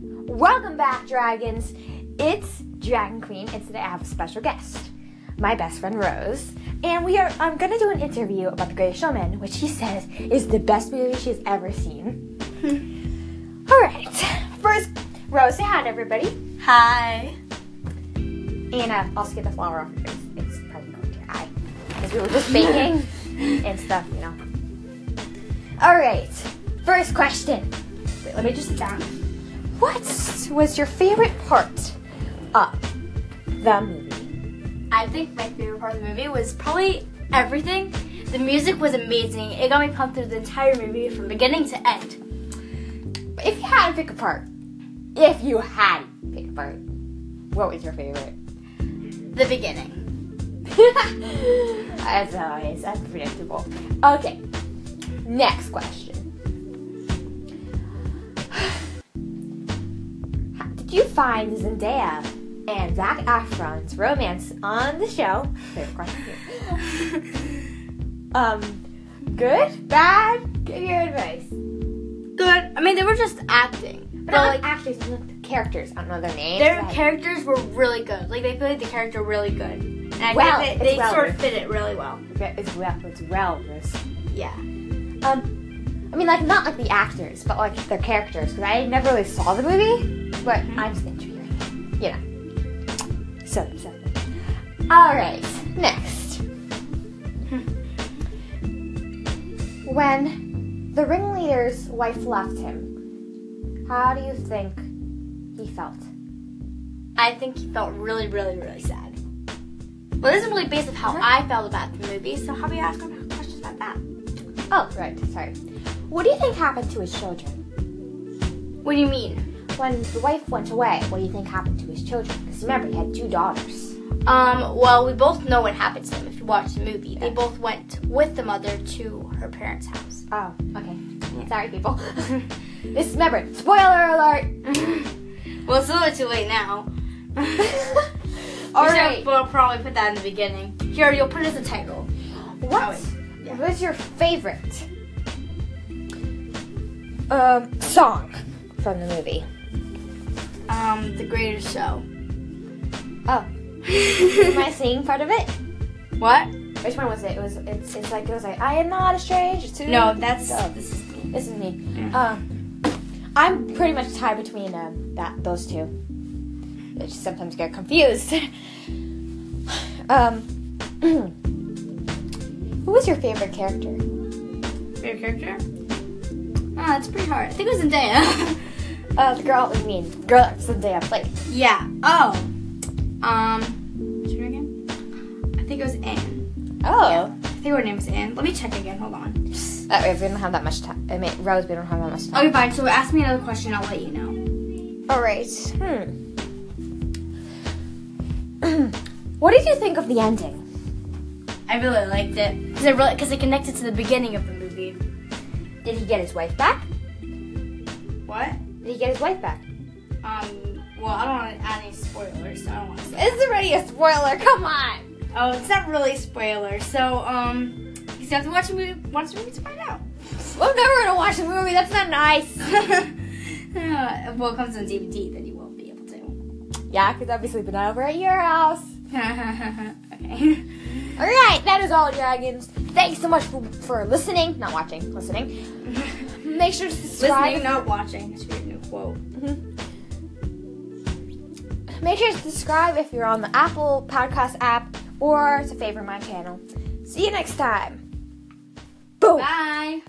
Welcome back, dragons. It's Dragon Queen, and today I have a special guest, my best friend Rose. And we are I'm gonna do an interview about The Greatest Showman, which she says is the best movie she's ever seen. Alright, first, Rose, say hi to everybody. Hi. And uh, I'll get the flour off your face. It's probably going to your eye. Because we were just baking and stuff, you know. Alright, first question. Wait, let me just sit down. What was your favorite part of the movie? I think my favorite part of the movie was probably everything. The music was amazing. It got me pumped through the entire movie from beginning to end. If you had to pick a part, if you had to pick a part, what was your favorite? The beginning. As always, unpredictable. Okay, next question. Did you find Zendaya and Zac Efron's romance on the show? Favorite question here. um, good, bad? Give your advice. Good. I mean, they were just acting. But, But not like like actors, not the characters. I don't know their names. their but- characters were really good. Like they played the character really good. And I Well, think it's they, they well sort of written. fit it really well. it's well, it's well, Bruce. Yeah. Um, I mean, like not like the actors, but like their characters, because I never really saw the movie, but I'm just intrigued, you know. So, so. All right, next. Hmm. when the ringleader's wife left him, how do you think he felt? I think he felt really, really, really sad. Well, this is really based on how Uh-huh. I felt about the movie. So how about you ask him questions about that? Oh, right, sorry. What do you think happened to his children? What do you mean? When the wife went away, what do you think happened to his children? Because remember, he had two daughters. Um, well, we both know what happened to them if you watch the movie. They both went with the mother to her parents' house. Oh, okay. Sorry, people. this remember, spoiler alert. well, it's a little too late now. All We should- right. We'll probably put that in the beginning. Here, you'll put it as a title. What yeah. was your favorite um song from the movie? Um, The Greatest Show. Oh, am I singing part of it? what? Which one was it? It was. It's, it's like it was like I am not a stranger to. No, that's Oh. this is me. this is me. Um, I'm pretty much tied between um that those two. I just sometimes get confused. um, who was your favorite character? Your character? Oh, that's pretty hard. I think it was Zendaya. Uh, the girl. I mean, the girl that Zendaya played. yeah. Oh. Um. What's her name again? I think it was Anne. Oh. I think her name was Anne. Let me check again. Hold on. Uh, wait, we don't have that much time. I mean, Rose, we don't have that much time. Okay, fine. So ask me another question. I'll let you know. All right. Hmm. what did you think of the ending? I really liked it because it really because it connected to the beginning of the movie. Did he get his wife back? What? Did he get his wife back? Um. Well, I don't want to add any spoilers. So I don't want to say. It's already a spoiler. Come on. Oh, it's not really a spoiler. So um, you just have to watch the movie. Watch the movie to find out. I'm never gonna watch the movie. That's not nice. Uh, well, it comes on DVD, then you won't be able to. Yeah, because I'll be sleeping over at your house. okay. All right, that is all, dragons. Thanks so much for, for listening. Not watching, listening. Make sure to subscribe. Listening, not watching. That's your new quote. Make sure to subscribe if you're on the Apple Podcast app or to favorite my channel. See you next time. Boom. Bye.